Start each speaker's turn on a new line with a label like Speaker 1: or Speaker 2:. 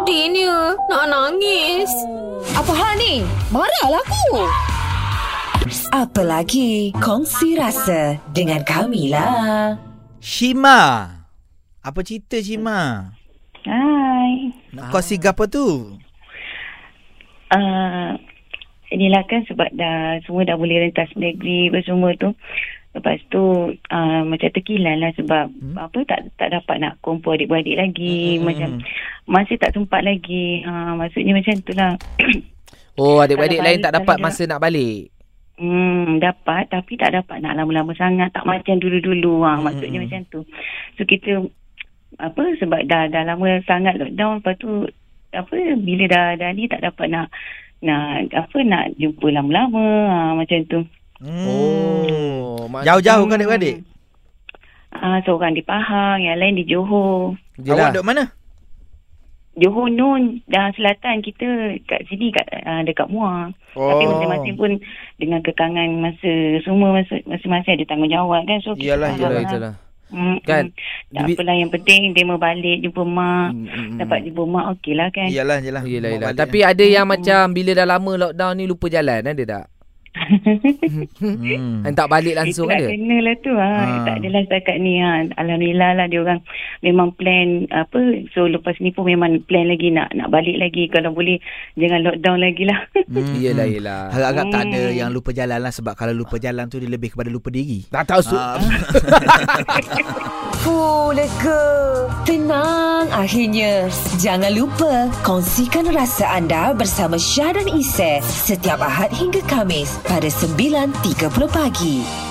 Speaker 1: Sedihnya Nak nangis
Speaker 2: Apa hal ni? Marahlah aku.
Speaker 3: Apa lagi? Kongsi rasa dengan kami lah.
Speaker 4: Shima. Apa cerita Shima?
Speaker 5: Hai.
Speaker 4: Nak kongsi apa tu?
Speaker 5: Uh, inilah kan sebab dah semua dah boleh rentas negeri apa semua tu. Lepas tu uh, macam terkilan lah sebab hmm. apa tak tak dapat nak kumpul adik-beradik lagi. Hmm. Macam masih tak sempat lagi. Uh, maksudnya macam tu lah.
Speaker 6: Oh,
Speaker 5: Kalau
Speaker 6: adik-adik lain
Speaker 5: balik,
Speaker 6: tak dapat
Speaker 5: kalau
Speaker 6: masa nak balik.
Speaker 5: Hmm, dapat tapi tak dapat nak lama-lama sangat. Tak macam dulu-dulu. Ha, maksudnya macam tu. So kita apa sebab dah dah lama sangat lockdown lepas tu apa bila dah dah ni tak dapat nak nak apa nak jumpa lama-lama ha, macam tu.
Speaker 4: Hmm.
Speaker 6: Oh, mak-
Speaker 4: Jauh-jauh kan adik-adik?
Speaker 5: Ah seorang di Pahang, yang lain di Johor.
Speaker 4: Awak
Speaker 6: Yelah.
Speaker 4: duduk mana?
Speaker 5: Johor Nun dah selatan kita kat sini kat uh, dekat Muar. Oh. Tapi masing-masing pun dengan kekangan masa semua masa- masing-masing ada tanggungjawab kan. So kita
Speaker 4: Iyalah,
Speaker 5: faham
Speaker 6: Yelah,
Speaker 5: lah.
Speaker 6: itulah.
Speaker 5: Mm,
Speaker 6: Kan?
Speaker 5: mm. Tak
Speaker 6: Duit-
Speaker 5: apalah yang penting demo balik jumpa mak.
Speaker 6: Mm, mm, Ya, mm.
Speaker 5: Dapat jumpa mak okey lah kan.
Speaker 4: Yalah, yalah.
Speaker 6: Yelah,
Speaker 4: Bawa
Speaker 6: yelah.
Speaker 4: balik
Speaker 6: Tapi ada yang macam bila dah lama lockdown ni lupa jalan, ada tak?
Speaker 4: kan. Hmm.
Speaker 6: Dan tak balik langsung
Speaker 5: Itu nak
Speaker 6: ada? Ah.
Speaker 5: kena lah tu ha.
Speaker 4: Ha.
Speaker 5: Tak adalah setakat ni ha. Alhamdulillah lah dia orang memang plan apa. So lepas ni pun memang plan lagi nak nak balik lagi. Kalau boleh jangan lockdown lagi lah.
Speaker 4: Hmm.
Speaker 6: Yelah, yelah.
Speaker 4: Harap-harap tak ada yang lupa jalan lah Sebab kalau lupa jalan tu Dia lebih kepada lupa diri
Speaker 6: Tak tahu su-
Speaker 4: Ah,
Speaker 3: Fuh, lega. Tenang akhirnya. Jangan lupa kongsikan rasa anda bersama Syah dan Isy setiap Ahad hingga Kamis pada 9.30 pagi.